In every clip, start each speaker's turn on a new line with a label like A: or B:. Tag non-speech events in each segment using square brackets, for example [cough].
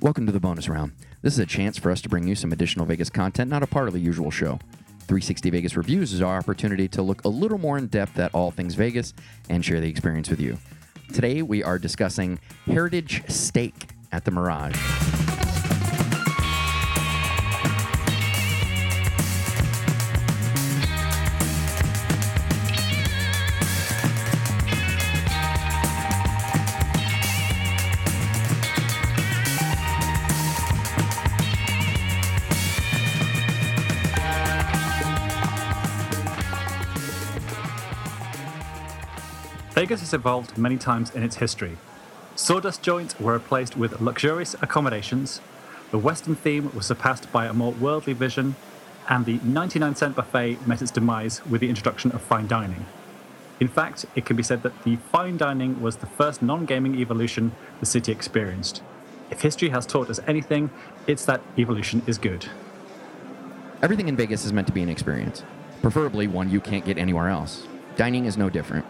A: Welcome to the bonus round. This is a chance for us to bring you some additional Vegas content, not a part of the usual show. 360 Vegas Reviews is our opportunity to look a little more in depth at all things Vegas and share the experience with you. Today, we are discussing Heritage Steak at the Mirage.
B: Vegas has evolved many times in its history. Sawdust joints were replaced with luxurious accommodations, the Western theme was surpassed by a more worldly vision, and the 99 cent buffet met its demise with the introduction of fine dining. In fact, it can be said that the fine dining was the first non gaming evolution the city experienced. If history has taught us anything, it's that evolution is good.
A: Everything in Vegas is meant to be an experience, preferably one you can't get anywhere else. Dining is no different.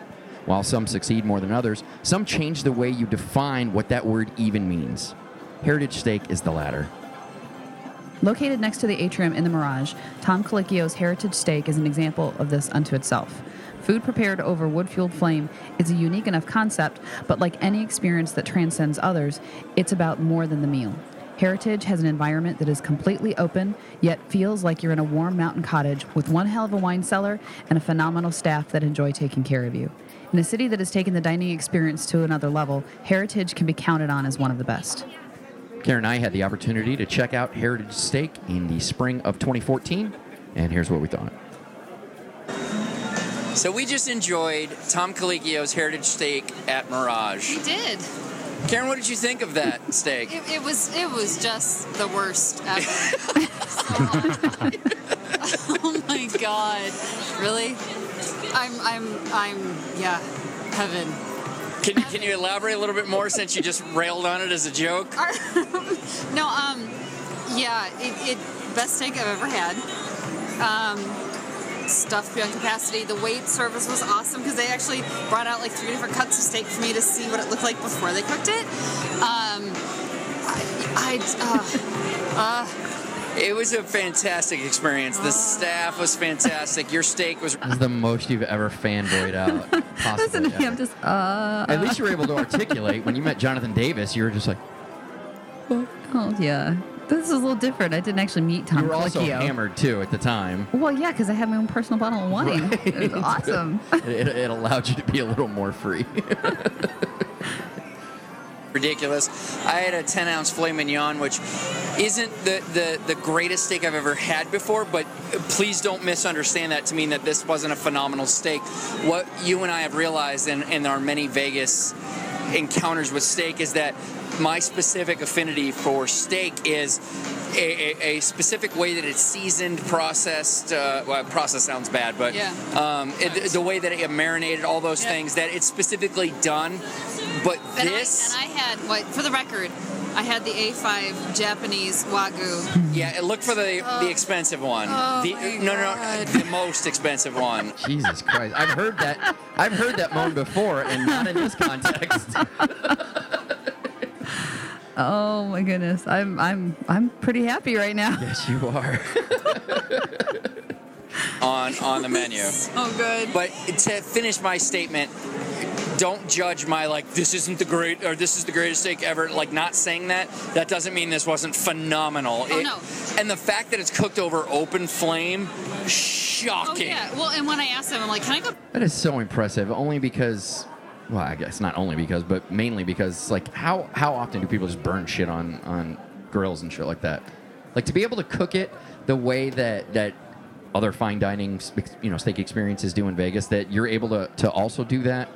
A: While some succeed more than others, some change the way you define what that word even means. Heritage Steak is the latter.
C: Located next to the atrium in the Mirage, Tom Colicchio's Heritage Steak is an example of this unto itself. Food prepared over wood fueled flame is a unique enough concept, but like any experience that transcends others, it's about more than the meal. Heritage has an environment that is completely open, yet feels like you're in a warm mountain cottage with one hell of a wine cellar and a phenomenal staff that enjoy taking care of you. In a city that has taken the dining experience to another level, Heritage can be counted on as one of the best.
A: Karen and I had the opportunity to check out Heritage Steak in the spring of 2014, and here's what we thought.
D: So we just enjoyed Tom Colicchio's heritage steak at Mirage.
E: We did.
D: Karen, what did you think of that steak?
E: It, it was it was just the worst ever. oh my god! Really? I'm I'm I'm yeah, heaven.
D: Can you, can you elaborate a little bit more since you just railed on it as a joke?
E: No, um, yeah, it, it best steak I've ever had. Um, stuffed beyond capacity. The wait service was awesome because they actually brought out like three different cuts of steak for me to see what it looked like before they cooked it. Um, I, I uh, uh,
D: It was a fantastic experience. The staff was fantastic. Your steak was.
A: This is the most you've ever fanboyed out. [laughs] possibly
C: Listen to
A: ever.
C: him just, uh,
A: At least you were able to articulate. When you met Jonathan Davis, you were just like,
C: oh yeah. This is a little different. I didn't actually meet Tom
A: you were also
C: Colicchio.
A: hammered too at the time.
C: Well, yeah, because I had my own personal bottle of wine. It was awesome.
A: It, it, it allowed you to be a little more free.
D: ridiculous. I had a 10 ounce filet mignon, which isn't the, the, the greatest steak I've ever had before, but please don't misunderstand that to mean that this wasn't a phenomenal steak. What you and I have realized in, in our many Vegas encounters with steak is that my specific affinity for steak is a, a, a specific way that it's seasoned, processed. Uh, well, process sounds bad, but
E: Yeah.
D: um, it, the way that it marinated, all those
E: Yeah.
D: things, that it's specifically done. But
E: And,
D: this.
E: I, and I had what for the record, I had the A5 Japanese
D: [laughs]
E: wagyu.
D: Yeah, look for the the expensive one.
E: Oh
D: the,
E: my
D: no, no, no,
E: God.
D: the most expensive one.
A: [laughs] Jesus Christ! I've heard that. I've heard that moan before, and not in this context.
C: Oh my goodness, I'm I'm I'm pretty happy right now.
A: [laughs] yes, you are.
D: on on the menu.
E: Oh, good.
D: But to finish my statement, don't judge my like this isn't the great or this is the greatest steak ever. Like not saying that that doesn't mean this wasn't phenomenal.
E: Oh, no.
D: And the fact that it's cooked over open flame,
E: oh
D: shocking.
E: yeah. Well, and when I asked them, I'm like, can I go?
A: That is so impressive. Only because, well, I guess not only because, but mainly because, like, how how often do people just burn shit on on grills and shit like that? Like to be able to cook it the way that that other fine dining, you know, steak experiences do in Vegas, that you're able to to also do that.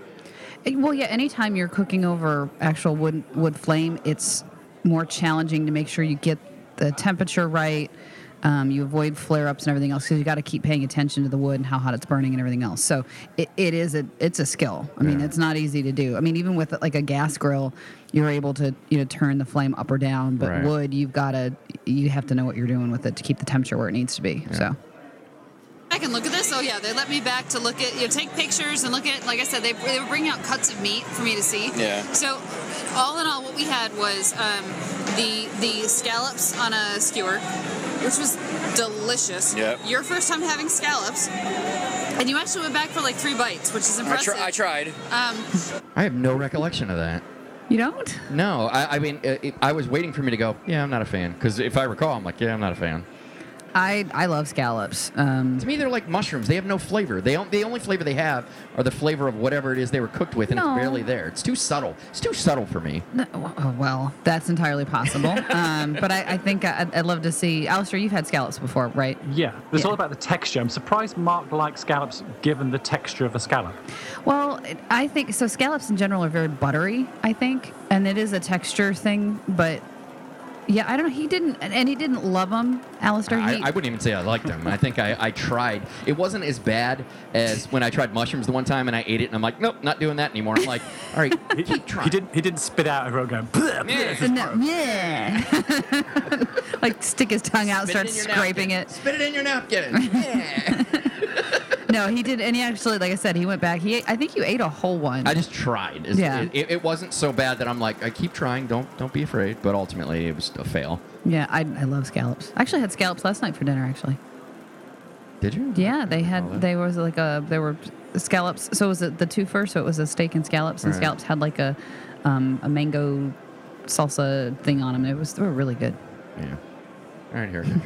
C: Well, yeah, anytime you're cooking over actual wood wood flame, it's more challenging to make sure you get the temperature right. Um, you avoid flare ups and everything else because you got to keep paying attention to the wood and how hot it's burning and everything else. So it, it is a it's a skill. I mean, it's not easy to do. I mean, even with like a gas grill, you're able to you know turn the flame up or down, but
A: Right.
C: wood you've got to you have to know what you're doing with it to keep the temperature where it needs to be. So.
E: I can look at this. Oh yeah, they let me back to look at, you know, take pictures and look at. Like I said, they, they were bringing out cuts of meat for me to see.
D: Yeah.
E: So, all in all, what we had was um, the the scallops on a skewer, which was delicious.
D: Yep.
E: Your first time having scallops, and you actually went back for like three bites, which is
D: I,
E: impressive. Uh,
D: try, I tried.
A: I have no recollection of that.
C: You don't?
A: No, I, I mean, it, it- I was waiting for me to go. Yeah, I'm not a fan. Because if I recall, I'm like, yeah, I'm not a fan.
C: I I love scallops. Um,
A: To me, they're like mushrooms. They have no flavor. They don't, the only flavor they have are the flavor of whatever it is they were cooked with, and
C: No.
A: it's barely there. It's too subtle. It's too subtle for me.
C: n- oh, well, that's entirely [laughs] possible. um, but I, I think I, I'd love to see. Alistair, you've had scallops before, right?
B: Yeah, but it's
C: Yeah.
B: all about the texture. I'm surprised Mark likes scallops given the texture of a scallop.
C: Well, it- I think so. Scallops in general are very buttery, I think, and it is a texture thing. But yeah, I don't know. He didn't, and- and he didn't love them, Alistair.
A: I,
C: he,
A: I wouldn't even say I liked them. I think I, I tried. It wasn't as bad as when I tried mushrooms the one time and I ate it and I'm like, nope, not doing that anymore. I'm like, all
C: [laughs]
A: right,
B: He,
A: keep trying.
B: he didn't. He didn't spit out everyone going. "Bleh, bleh."
A: Yeah.
C: And that- bleh. [laughs] like stick his tongue out, and
A: Spit
C: start
A: it in your
C: scraping
A: napkin.
C: it.
A: Spit it in your
C: [laughs]
A: napkin. Yeah.
C: No, he did, and he actually, like I said, he went back. He, ate- I think you ate a whole one.
A: I just tried. It's-
C: Yeah.
A: It, it, it wasn't so bad that I'm like, I keep trying. Don't don't be afraid. But ultimately, it was a fail.
C: yeah, I, I love scallops. I actually had scallops last night for dinner. Actually,
A: Did you?
C: yeah, they
A: Well,
C: had
A: that-
C: they was like a there were scallops. So it was it the twofer? So it was a steak and scallops, and
A: Right.
C: scallops had like a um, a mango salsa thing on them. It was they were really good.
A: Yeah. All right, here. we go.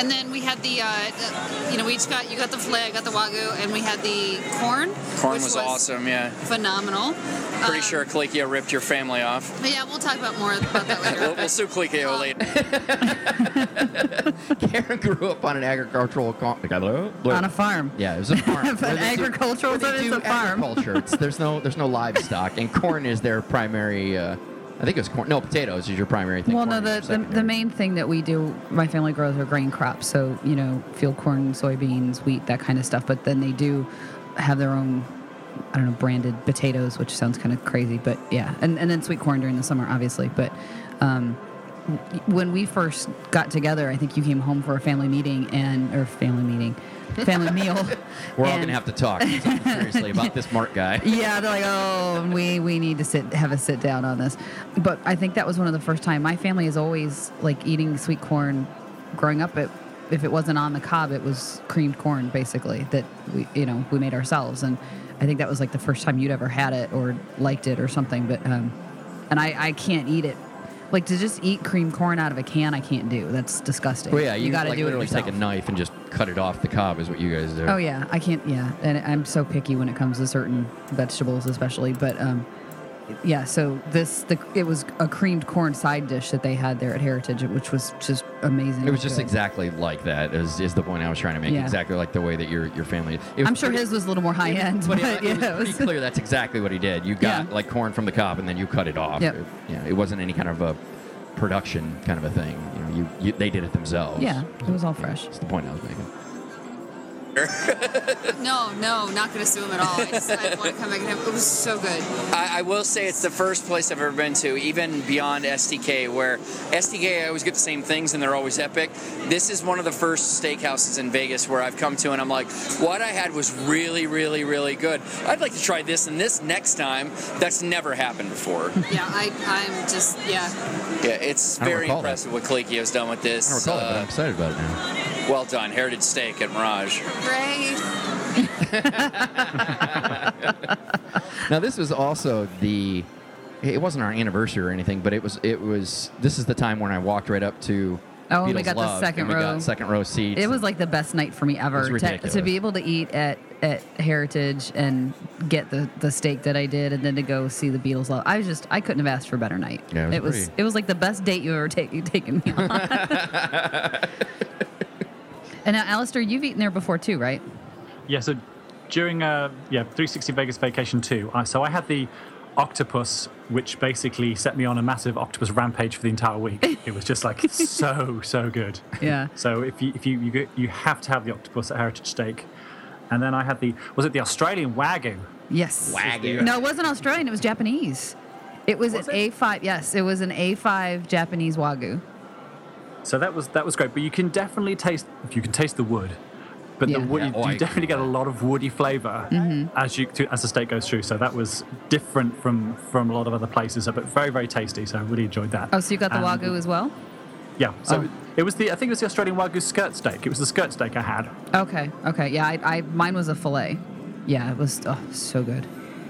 E: And then we had the, uh, uh, you know, we each got you got the filet, I got the wagyu, and we had the corn.
D: Corn
E: which uh,
D: was, awesome. Yeah.
E: Phenomenal.
D: Pretty sure Colicchio ripped your family off.
E: But yeah, we'll talk about more about that
D: [laughs]
E: later.
D: We'll, we'll
E: but-
D: sue
E: uh,
D: Colicchio later.
A: Karen grew up on an agricultural. Con-
C: On a farm.
A: Yeah, it was a farm.
C: If
A: Where
C: [laughs] an
A: they do-
C: agricultural
A: where they
C: zone is
A: do
C: a farm.
A: Agriculture. It's, there's no there's no livestock, and corn is their primary. Uh, I think it was corn. No, potatoes is your primary thing.
C: Well, no,
A: Corn
C: the,
A: is
C: the,
A: your
C: the
A: secondary.
C: main thing that we do, my family grows our grain crops. So, you know, field corn, soybeans, wheat, that kind of stuff. But then they do have their own, I don't know, branded potatoes, which sounds kind of crazy. But yeah. And, and then sweet corn during the summer, obviously. But um, w- when we first got together, I think you came home for a family meeting and, or family meeting, family meal.
A: [laughs] We're all
C: and-
A: gonna have to
C: [laughs]
A: talk seriously about this Mark guy.
C: yeah, they're like, oh, we we need to sit have a sit down on this. But I think that was one of the first time. My family is always like eating sweet corn. Growing up, it if it wasn't on the cob, it was creamed corn basically that we you know we made ourselves. And I think that was like the first time you'd ever had it or liked it or something. But um, and I I can't eat it. Like to just eat creamed corn out of a can, I can't do. That's disgusting.
A: Well, yeah, you,
C: got to
A: like,
C: do it
A: literally
C: yourself.
A: take a knife and just cut it off the cob is what you guys do.
C: Oh yeah, I can't. Yeah, and I'm so picky when it comes to certain vegetables, especially. But um, yeah, so this the it was a creamed corn side dish that they had there at Heritage, which was just amazing.
A: It was just
C: good.
A: exactly like that is, is the point I was trying to make.
C: Yeah.
A: Exactly like the way that your your family. It was
C: I'm sure
A: pretty-
C: his was a little more high end,
A: But
C: but,
A: it, it
C: yeah, it
A: was
C: was.
A: pretty clear that's exactly what he did. You got
C: Yeah.
A: like corn from the cob and then you cut it off.
C: Yep.
A: It, yeah, it wasn't any kind of a production kind of a thing. You know, you, you they did it themselves.
C: Yeah, it was all fresh.
A: That's the point I was making.
E: no, no, not going to sue him at all. I just I want to come back and have. It was so good.
D: I, I will say it's the first place I've ever been to, even beyond STK, where STK I always get the same things and they're always epic. This is one of the first steakhouses in Vegas where I've come to and I'm like, what I had was really, really, really good. I'd like to try this and this next time. That's never
A: [laughs]
D: happened before.
E: Yeah, I, I'm just yeah.
D: yeah, it's
A: I don't
D: very
A: recall that.
D: impressive what Colicchio's done with
A: I don't
D: this.
A: recall it, but I'm
D: Uh,
A: excited about it now.
D: well done, Heritage Steak at Mirage.
E: Great.
A: Now this was also the it wasn't our anniversary or anything, but it was it was this is the time when I walked right up to
C: Oh, we
A: Beatles
C: got the
A: Love,
C: second
A: and we
C: row.
A: Got second row seats.
C: It was like the best night for me ever
A: was
C: to, to
A: ridiculous.
C: be able to eat at, at Heritage and get the, the steak that I did, and then to go see the Beatles. Live. I was just I couldn't have asked for a better night.
A: Yeah, it was
C: it was
A: pretty-
C: it was like the best date you ever take, taken me
A: [laughs]
C: on. and now, Alistair, you've eaten there before too, right?
B: Yeah, so during uh yeah 360 Vegas Vacation 2, I, so I had the octopus, which basically set me on a massive octopus rampage for the entire week.
A: [laughs]
B: It was just like so so good.
C: Yeah.
B: So if you if you you, go, you have to have the octopus at Heritage Steak, and then I had the was it the Australian wagyu?
C: Yes.
A: Wagyu.
C: No, it wasn't Australian. It was Japanese. It was,
B: Was
C: an
B: it?
C: A5. Yes, it was an A5 Japanese wagyu.
B: So that was that was great. But you can definitely taste if you can taste the wood. but
C: Yeah.
B: the wood,
A: Yeah, oh, I
B: you
A: agree
B: definitely get a lot of woody flavor
C: Mm-hmm.
B: as you to, as the steak goes through. So that was different from from a lot of other places, but very very tasty. So I really enjoyed that.
C: Oh, so you got the
A: Um,
B: And-
C: wagyu as well?
B: Yeah. So
C: Oh.
B: it was the I think it was the Australian wagyu skirt steak. It was the skirt steak I had.
C: Okay, okay, yeah. I, I mine was a fillet. Yeah, it was oh, so good.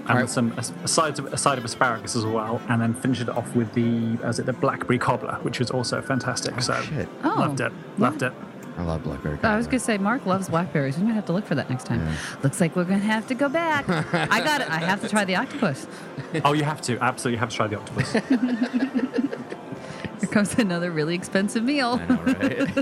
B: and
A: Alright.
B: some a, a side of a side of asparagus as well, and then finished it off with the as it the blackberry cobbler, which was also fantastic. so
A: shit.
C: Oh,
B: loved it, loved it.
A: I love blackberry.
C: I was gonna say Mark loves blackberries. We might have to look for that next time. Looks like we're gonna have to go back. I got it. I have to try the octopus.
B: Oh, you have to absolutely have to try the octopus.
C: Here comes another really expensive meal.
A: I know, right? [laughs]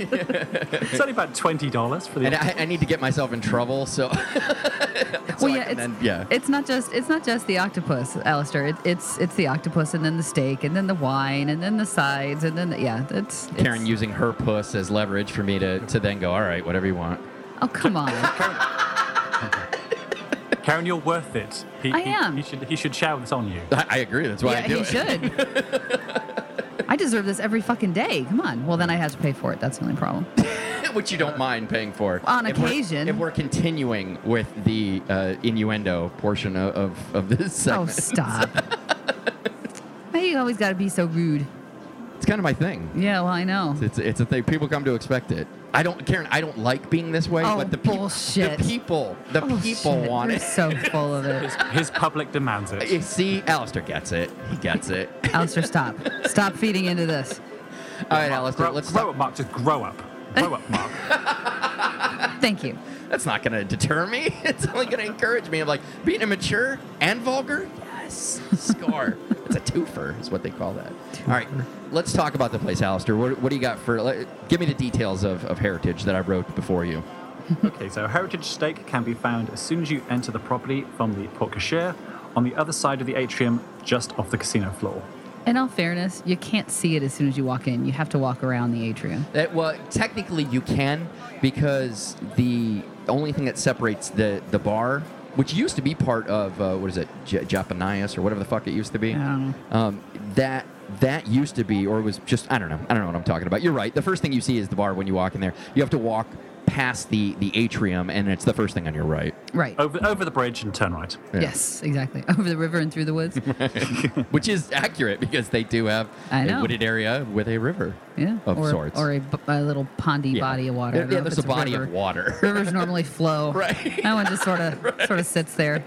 B: it's only about twenty dollars for the.
A: and [laughs] I, I need to get myself in trouble, so. [laughs]
C: well, yeah,
A: can
C: it's,
A: then- yeah.
C: it's not just it's not just the octopus, Alistair. It, it's it's the octopus, and then the steak, and then the wine, and then the sides, and then the, yeah, that's it's,
A: Karen using her puss as leverage for me to, to then go, all right, whatever you want.
C: Oh come
A: [laughs]
C: on!
B: Karen, you're worth it. He,
C: I
B: he-
C: am.
B: He, should he should shower this on you.
A: I, I agree. That's why
C: yeah,
A: I do
C: he
A: it.
C: should. I deserve this every fucking day. Come on. Well, then I have to pay for it. That's the only problem.
A: [laughs] Which you don't mind paying for.
C: On
A: If we're-
C: occasion.
A: if we're continuing with the uh, innuendo portion of, of, of this
C: Oh,
A: segment. [laughs]
C: stop. Why you always got to be so rude?
A: It's kind of my thing.
C: Yeah, well, I know.
A: It's it's a thing. People come to expect it. I don't, Karen. I don't like being this way.
C: Oh,
A: but the, peop-
C: bullshit.
A: the people, the people
C: Oh, shit.
A: want
C: You're
A: it.
C: so full of it.
A: [laughs]
B: His, his public demands it.
A: You see, Alistair gets it. He gets
C: [laughs]
A: it.
C: Alistair, stop. Stop feeding into this.
A: All right, Alistair.
B: grow,
A: Let's
B: grow
A: stop.
B: up, Mark. Just grow up. Grow up,
A: [laughs]
B: Mark.
C: Thank you.
A: That's not going to deter me. [laughs] It's only going to encourage me. I'm like being immature and vulgar. Yes, score. it's a twofer, is what they call that. All right, let's talk about the place, Alistair. What, what do you got for? Let, give me the details of, of heritage that I wrote before you.
B: Okay, so heritage steak can be found as soon as you enter the property from the Port Cachere on the other side of the atrium, just off the casino floor.
C: In all fairness, you can't see it as soon as you walk in. You have to walk around the atrium.
A: That, well, technically you can because the only thing that separates the the bar, which used to be part of uh, what is it, J- Japanias or whatever the fuck it used to be.
C: I don't know.
A: Um, that that used to be, or was just I don't know. I don't know what I'm talking about. You're right. The first thing you see is the bar when you walk in there. You have to walk past the the atrium, and it's the first thing on your
C: [laughs]
A: right,
C: Right.
B: Over over the bridge and turn right.
A: yeah.
C: Yes, exactly. [laughs] Over the river and through
A: [laughs]
C: the woods.
A: which is accurate because they do have
C: I
A: a
C: know.
A: wooded area with a river
C: Yeah.
A: of
C: or,
A: sorts.
C: Or a, b- a little pondy
A: Yeah.
C: body of water. I
A: Yeah,
C: don't know if
A: there's a
C: it's
A: body
C: river.
A: of water.
C: Rivers normally flow.
A: [laughs] Right.
C: That one just
A: [laughs]
C: sort of sort of sits there.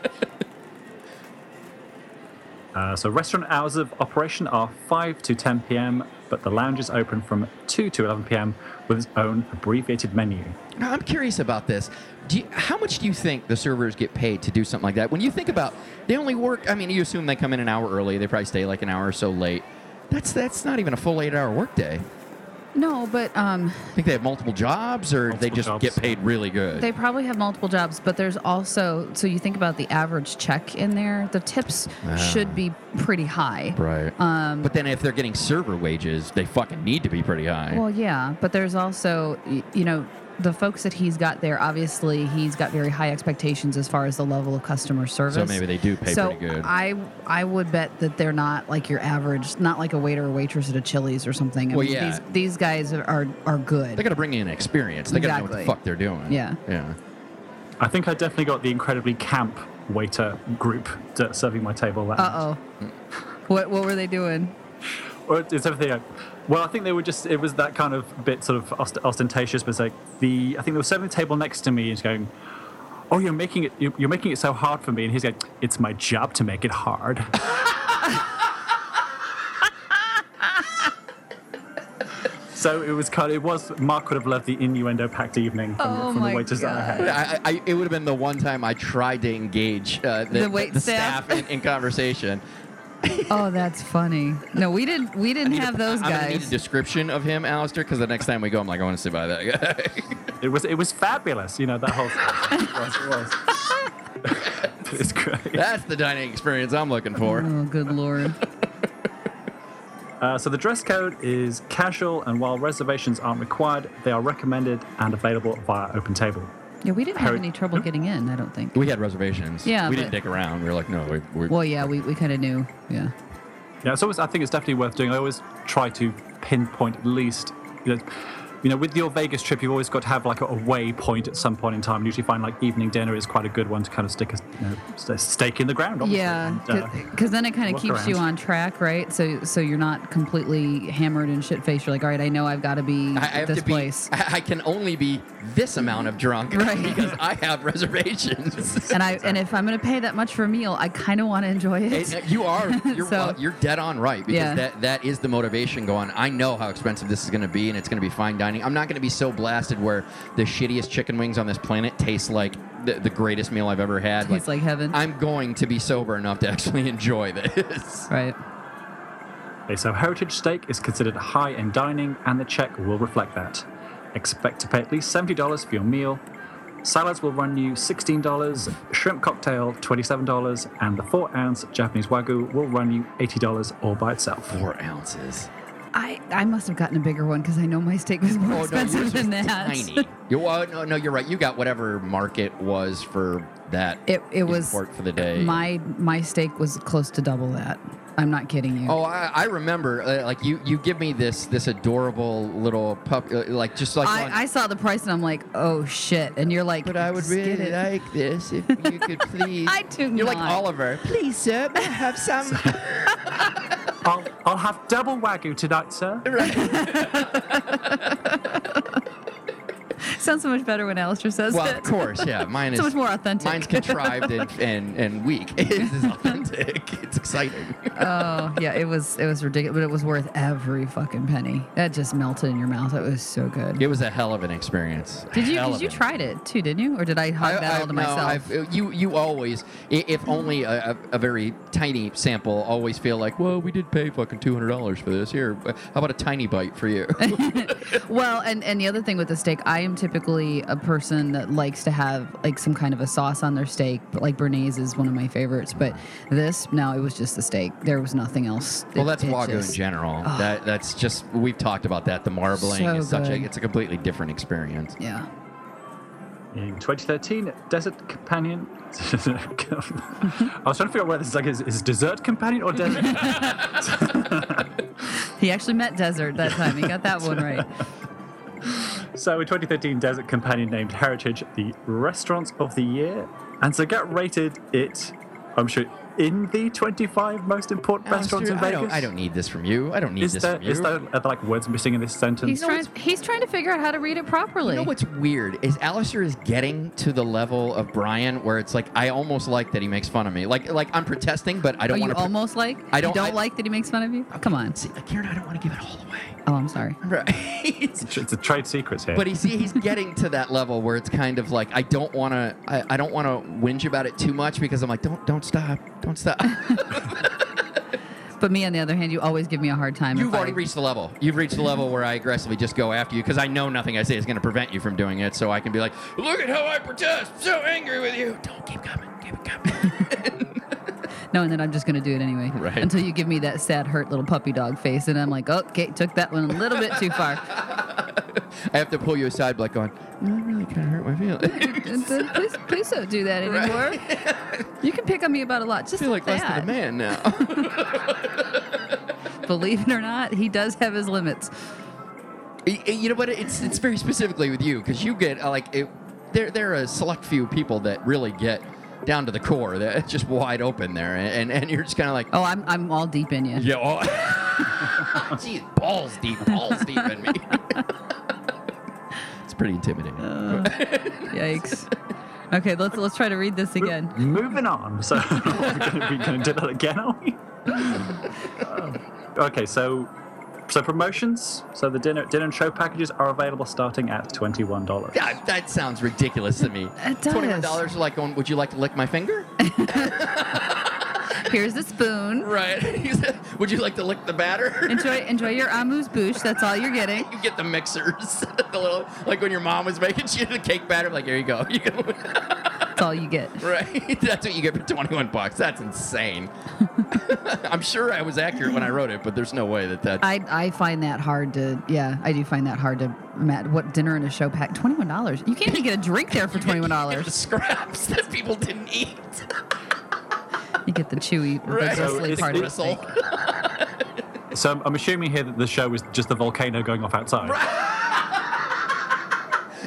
B: Uh, so restaurant hours of operation are 5 to 10 p.m., but the lounge is open from 2 to 11 p.m. with its own abbreviated menu.
A: Now, I'm curious about this. Do you, how much do you think the servers get paid to do something like that? When you think about, they only work. I mean, you assume they come in an hour early. They probably stay like an hour or so late. That's that's not even a full eight-hour workday.
C: No, but um,
A: I think they have multiple jobs, or they
B: Multiple
A: just
B: jobs.
A: get paid really good.
C: They probably have multiple jobs, but there's also so you think about the average check in there. The tips
A: Ah.
C: should be pretty high.
A: right. Um, but then if they're getting server wages, they fucking need to be pretty high.
C: Well, yeah, but there's also y- you know the folks that he's got there. Obviously, he's got very high expectations as far as the level of customer service.
A: maybe they do pay
C: So
A: pretty good.
C: I I would bet that they're not like your average, not like a waiter or waitress at a Chili's or something. I
A: Well,
C: mean,
A: yeah.
C: these, these guys are are good.
A: they got to bring in experience. They got to know what the
C: Exactly.
A: fuck they're doing.
C: Yeah.
A: Yeah.
B: I think I definitely got the incredibly camp waiter group to serving my table. that
A: [laughs]
B: night.
C: uh oh, what what were they doing?
B: Or it's everything. I- Well, I think they were just. It was that kind of bit, sort of ost- ostentatious, but it's like the. I think they were serving the table next to me, and he's going, "Oh, you're making it. You're, you're making it so hard for me." And he's going, "It's my job to make it
C: [laughs]
B: hard." so it was kind. Of, it was. Mark would have loved the innuendo packed evening from,
C: Oh
B: from
C: my
B: the waiters that I had.
C: God.
A: I, I, it would have been the one time I tried to engage uh, the,
C: The wait
A: staff,
C: staff?
A: in, in conversation.
C: Oh, that's funny. No, we didn't we didn't have those
A: I'm gonna need
C: guys.
A: a description of him, Alistair, because the next time we go, I'm like, I want to sit by that guy. [laughs]
B: It was. It was fabulous. You know that whole. thing. [laughs] it was. It was. [laughs] it's great.
A: That's the dining experience I'm looking for.
C: Oh,
A: [laughs]
C: good lord.
B: Uh, so the dress code is casual, and while reservations aren't required, they are recommended and available via Open Table.
C: Yeah, we didn't have
B: Harry-
C: any trouble getting in, I don't think.
A: We had reservations.
C: Yeah,
A: we
C: but-
A: didn't dick around. We were like, no, we. we
C: Well, yeah, we, we kind of knew. Yeah.
B: Yeah, it's always. I think it's definitely worth doing. I always try to pinpoint at least. You know, you know, with your Vegas trip, you've always got to have like a, a waypoint at some point in time. Usually, find like evening dinner is quite a good one to kind of stick a you know, st- stake in the ground. Obviously.
C: Yeah,
B: And, uh,
C: because then it kind
B: walk
C: of keeps you
B: around.
C: on track, right? So so you're not completely hammered and shit faced. You're like, all right, I know I've got to be
A: I, I
C: at
A: have
C: this
A: to be.
C: place,
A: I, I can only be this amount of drunk
C: [laughs] Right.
A: because I have
C: [laughs]
A: reservations.
C: and I and if I'm gonna pay that much for a meal, I kind of want to enjoy [laughs] it.
A: It- you are you're,
C: So-
A: well, you're dead on right because
C: Yeah.
A: that that is the motivation going. I know how expensive this is going to be, and it's going to be fine dining. I'm not going to be so blasted where the shittiest chicken wings on this planet taste like the, the greatest meal I've ever had.
C: Tastes like heaven.
A: I'm going to be sober enough to actually [laughs] enjoy this.
C: right.
B: Okay, so heritage steak is considered high end dining, and the check will reflect that. Expect to pay at least $70 for your meal. Salads will run you $16, shrimp cocktail $27, and the 4 ounce Japanese wagyu will run you $80 all by itself.
A: Four ounces.
C: I I must have gotten a bigger one because I know my steak was more
A: Oh,
C: expensive
A: yours was
C: than that.
A: Tiny. You, well, no, no, you're right. You got whatever market was for that.
C: [laughs] It it was
A: import for the day.
C: My my steak was close to double that. I'm not kidding you.
A: Oh, I, I remember. Uh, like you, you give me this this adorable little pup, uh, like just like. one-
C: I, I saw the price and I'm like, oh shit. And you're like,
A: but I would
C: "Just get
A: really
C: it."
A: like this [laughs] if you could please.
C: I do
A: You're like
C: not.
A: Oliver. Please, sir, may I have [laughs] some.
B: I'll, I'll have double wagyu tonight, sir.
C: [laughs] Sounds so much better when Alistair says
A: well, of
C: it.
A: course, yeah. [laughs] Mine is
C: So much more authentic.
A: Mine's contrived [laughs] and and, and weak. It [laughs] is authentic. It's exciting.
C: oh yeah, it was it was ridiculous, but it was worth every fucking penny. That just melted in your mouth. It was so good.
A: It was a hell of an experience.
C: Did you?
A: Hell
C: Because
A: of
C: you
A: an
C: tried it too, didn't you? Or did I hog that all to
A: no,
C: myself?
A: I've, you you always, i- if only a, a, a very tiny sample, always feel like, well, we did pay fucking two hundred dollars for this. Here, uh, how about a tiny bite for [laughs] you?
C: Well, and, and the other thing with the steak, I am typically a person that likes to have like some kind of a sauce on their steak. But like Bernays is one of my favorites. But this, no, it was just the steak. There was nothing else.
A: well,
C: It-
A: that's
C: it
A: Wagyu in
C: just-
A: general. That that's just we've talked about that. The marbling
C: So
A: is such a
C: good.
A: it's a completely different experience.
C: Yeah.
B: In 2013, Desert Companion. [laughs] I was trying to figure out whether this is like is, is Desert Companion or Desert.
C: He actually met Desert that time. He got that
A: [laughs]
C: one right.
B: So in 2013, Desert Companion named Heritage the Restaurants of the Year, and so get rated it. I'm sure in the 25 most important restaurants
A: Alistair,
B: in
A: Oh, I
B: Vegas.
A: don't, I don't need this from you. I don't need
B: Is
A: this
B: there,
A: from you.
B: is there are there, like words missing in this sentence?
C: He's trying. He's trying to figure out how to read it properly.
A: You know what's weird is Alistair is getting to the level of Brian where it's like I almost like that he makes fun of me. Like like I'm protesting, but I
C: Are
A: don't
C: you
A: want to.
C: almost like?
A: I
C: You
A: don't-
C: don't
A: I-
C: like that he makes fun of you. Come on.
A: See, Karen, I don't want to give it all away.
C: Oh, I'm sorry.
A: [laughs] Right.
B: it's a trade secrets here.
A: But he's he's getting to that level where it's kind of like I don't want to I, I don't want to whinge about it too much because I'm like don't don't stop don't
C: [laughs]
A: stop.
C: But me, on the other hand, you always give me a hard time.
A: You've
C: if I-
A: already reached the level. You've reached the level where I aggressively just go after you because I know nothing I say is going to prevent you from doing it. So I can be like, look at how I protest. I'm so angry with you. Don't keep coming. Keep it coming. [laughs]
C: knowing that I'm just going to do it anyway.
A: Right.
C: Until you give me that sad, hurt little puppy dog face, and I'm like, oh, okay, took that one a little bit
A: [laughs]
C: too far.
A: I have to pull you aside, like going, no, that really kind of hurt my feelings. [laughs]
C: please, please don't do that anymore.
A: [laughs]
C: You can pick on me about a lot, just
A: I feel like less than a
C: that.
A: man now.
C: Believe it or not, he does have his limits.
A: Y- y- you know, but it's it's very specifically with you because you get uh, like it, there there are a select few people that really get down to the core. That it's just wide open there, and and you're just kind of like,
C: Oh, I'm, I'm all deep in you.
A: yeah, oh. [laughs] geez, balls deep, balls deep in me. it's pretty intimidating.
C: Uh, Yikes. Okay, let's let's try to read
A: [laughs]
C: this again.
B: Moving on. So [laughs] we're going to do that again, are
A: [laughs]
B: we? okay, so so promotions. So the dinner dinner and show packages are available starting at twenty-one dollars.
A: God, that sounds ridiculous to me.
C: [laughs] It does.
A: Twenty-one dollars, like, going, would you like to lick my
C: [laughs]
A: finger?
C: Here's the spoon.
A: right. [laughs] He said, would you like to lick the
C: [laughs]
A: batter?
C: Enjoy enjoy your amuse bouche. That's all you're getting.
A: [laughs] You get the mixers, [laughs] the little like when your mom was making [laughs] she did a cake batter. Like, here you go. [laughs] You go.
C: That's all you get.
A: Right. [laughs] That's what you get for 21 bucks. That's insane. [laughs] I'm sure I was accurate when I wrote it, but there's no way that [laughs] that.
C: I, I find that hard to yeah I do find that hard to Matt what dinner and a show pack twenty one dollars you can't even get a drink there for twenty one
A: The [laughs]
C: dollars
A: scraps that people didn't eat.
C: you get the chewy the
A: Right.
B: So
C: bristly
B: it's-
C: part of the
B: it's-
C: steak.
A: Gristle.
B: So I'm, I'm assuming here that the show is just the volcano going off outside.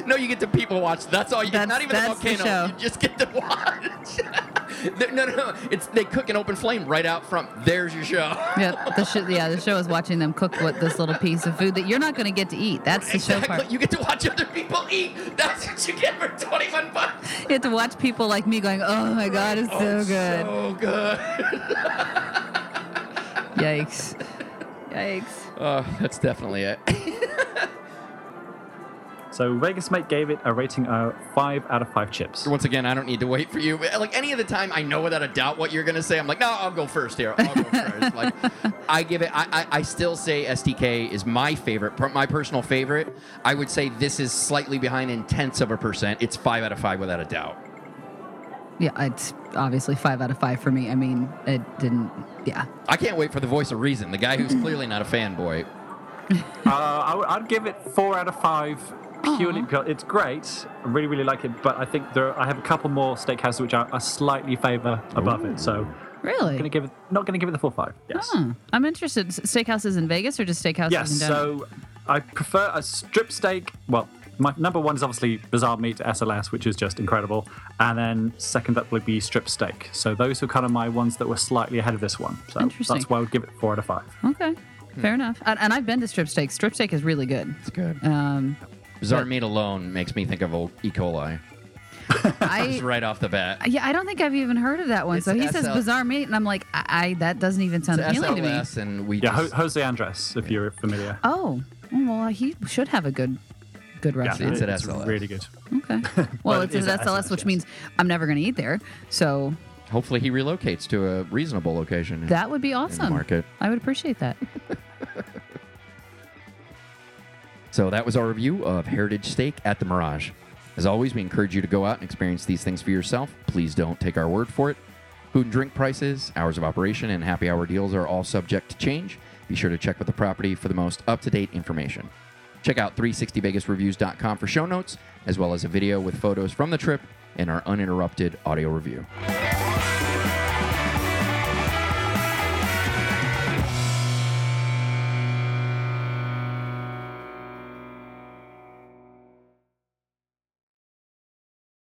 A: No, you get to people watch. That's all. You,
C: That's-
A: not even
C: that's
A: the
C: the
A: volcano.
C: show.
A: You just get to watch. [laughs] They- no, no, no. It's they cook an open flame right out front. There's your show.
C: Yep. The sh- yeah, the show is watching them cook what this little piece of food that you're not going to get to eat. That's the show
A: Exactly.
C: part.
A: You get to watch other people eat. That's what you get for 21 bucks.
C: You have to watch people like me going, "Oh my god, it's
A: Oh,
C: so good."
A: So good. [laughs]
C: Yikes. Yikes.
A: Oh, that's definitely it.
B: So Vegas Mate gave it a rating of five out of five chips.
A: Once again, I don't need to wait for you. But, Like any of the time, I know without a doubt what you're gonna say. I'm like, no, I'll go first here.
C: [laughs]
A: I'll go first. like, I give it. I, I, I still say SDK is my favorite, per- my personal favorite. I would say this is slightly behind in tenths of a percent. It's five out of five without a doubt.
C: Yeah, it's obviously 5 out of 5 for me. I mean, it didn't yeah.
A: I can't wait for the voice of reason, the guy
C: [clears throat]
A: who's clearly not a fanboy.
B: Uh, I w- I'd give it four out of five purely because it's great. I really, really like it, but I think there I have a couple more steakhouses which I, I slightly favour above it. So
C: Really?
B: gonna give it not gonna give it the full five. Yes.
C: Hmm. I'm interested. S- Steakhouses in Vegas or just steakhouses
B: Yes.
C: in Denver?
B: So I prefer a strip steak. Well, my number one is obviously Bizarre Meat SLS, which is just incredible, and then second up would be strip steak. So those are kind of my ones that were slightly ahead of this one. So
C: Interesting.
B: that's why I would give it four out of five.
C: okay. Fair enough. And, and I've been to strip steak. Strip steak is really good.
A: It's good. [laughs]
C: Um,
A: Bizarre meat alone makes me think of old E. coli.
C: I
A: Just right off the bat.
C: yeah, I don't think I've even heard of that one.
A: It's
C: so he says
A: SL.
C: bizarre meat, and I'm like, I, I that doesn't even sound
A: It's
C: appealing to me.
A: SLS, and we
B: Yeah, Ho-
A: just,
B: Jose Andres, if you're familiar.
C: Oh, well, he should have a good, good
B: Yeah,
C: restaurant.
A: it's at
B: it's
A: SLS.
B: really good.
A: [laughs]
C: Okay. Well, it's
B: it is
C: at
B: at
C: SLS,
B: SLS,
C: which
B: yes.
C: means I'm never going to eat there. So
A: hopefully he relocates to a reasonable location.
C: that would be awesome.
A: market.
C: I would appreciate that.
A: So that was our review of Heritage Steak at the Mirage. As always, we encourage you to go out and experience these things for yourself. Please don't take our word for it. Food and drink prices, hours of operation, and happy hour deals are all subject to change. Be sure to check with the property for the most up to date information. Check out 360vegasreviews.com for show notes, as well as a video with photos from the trip and our uninterrupted audio review.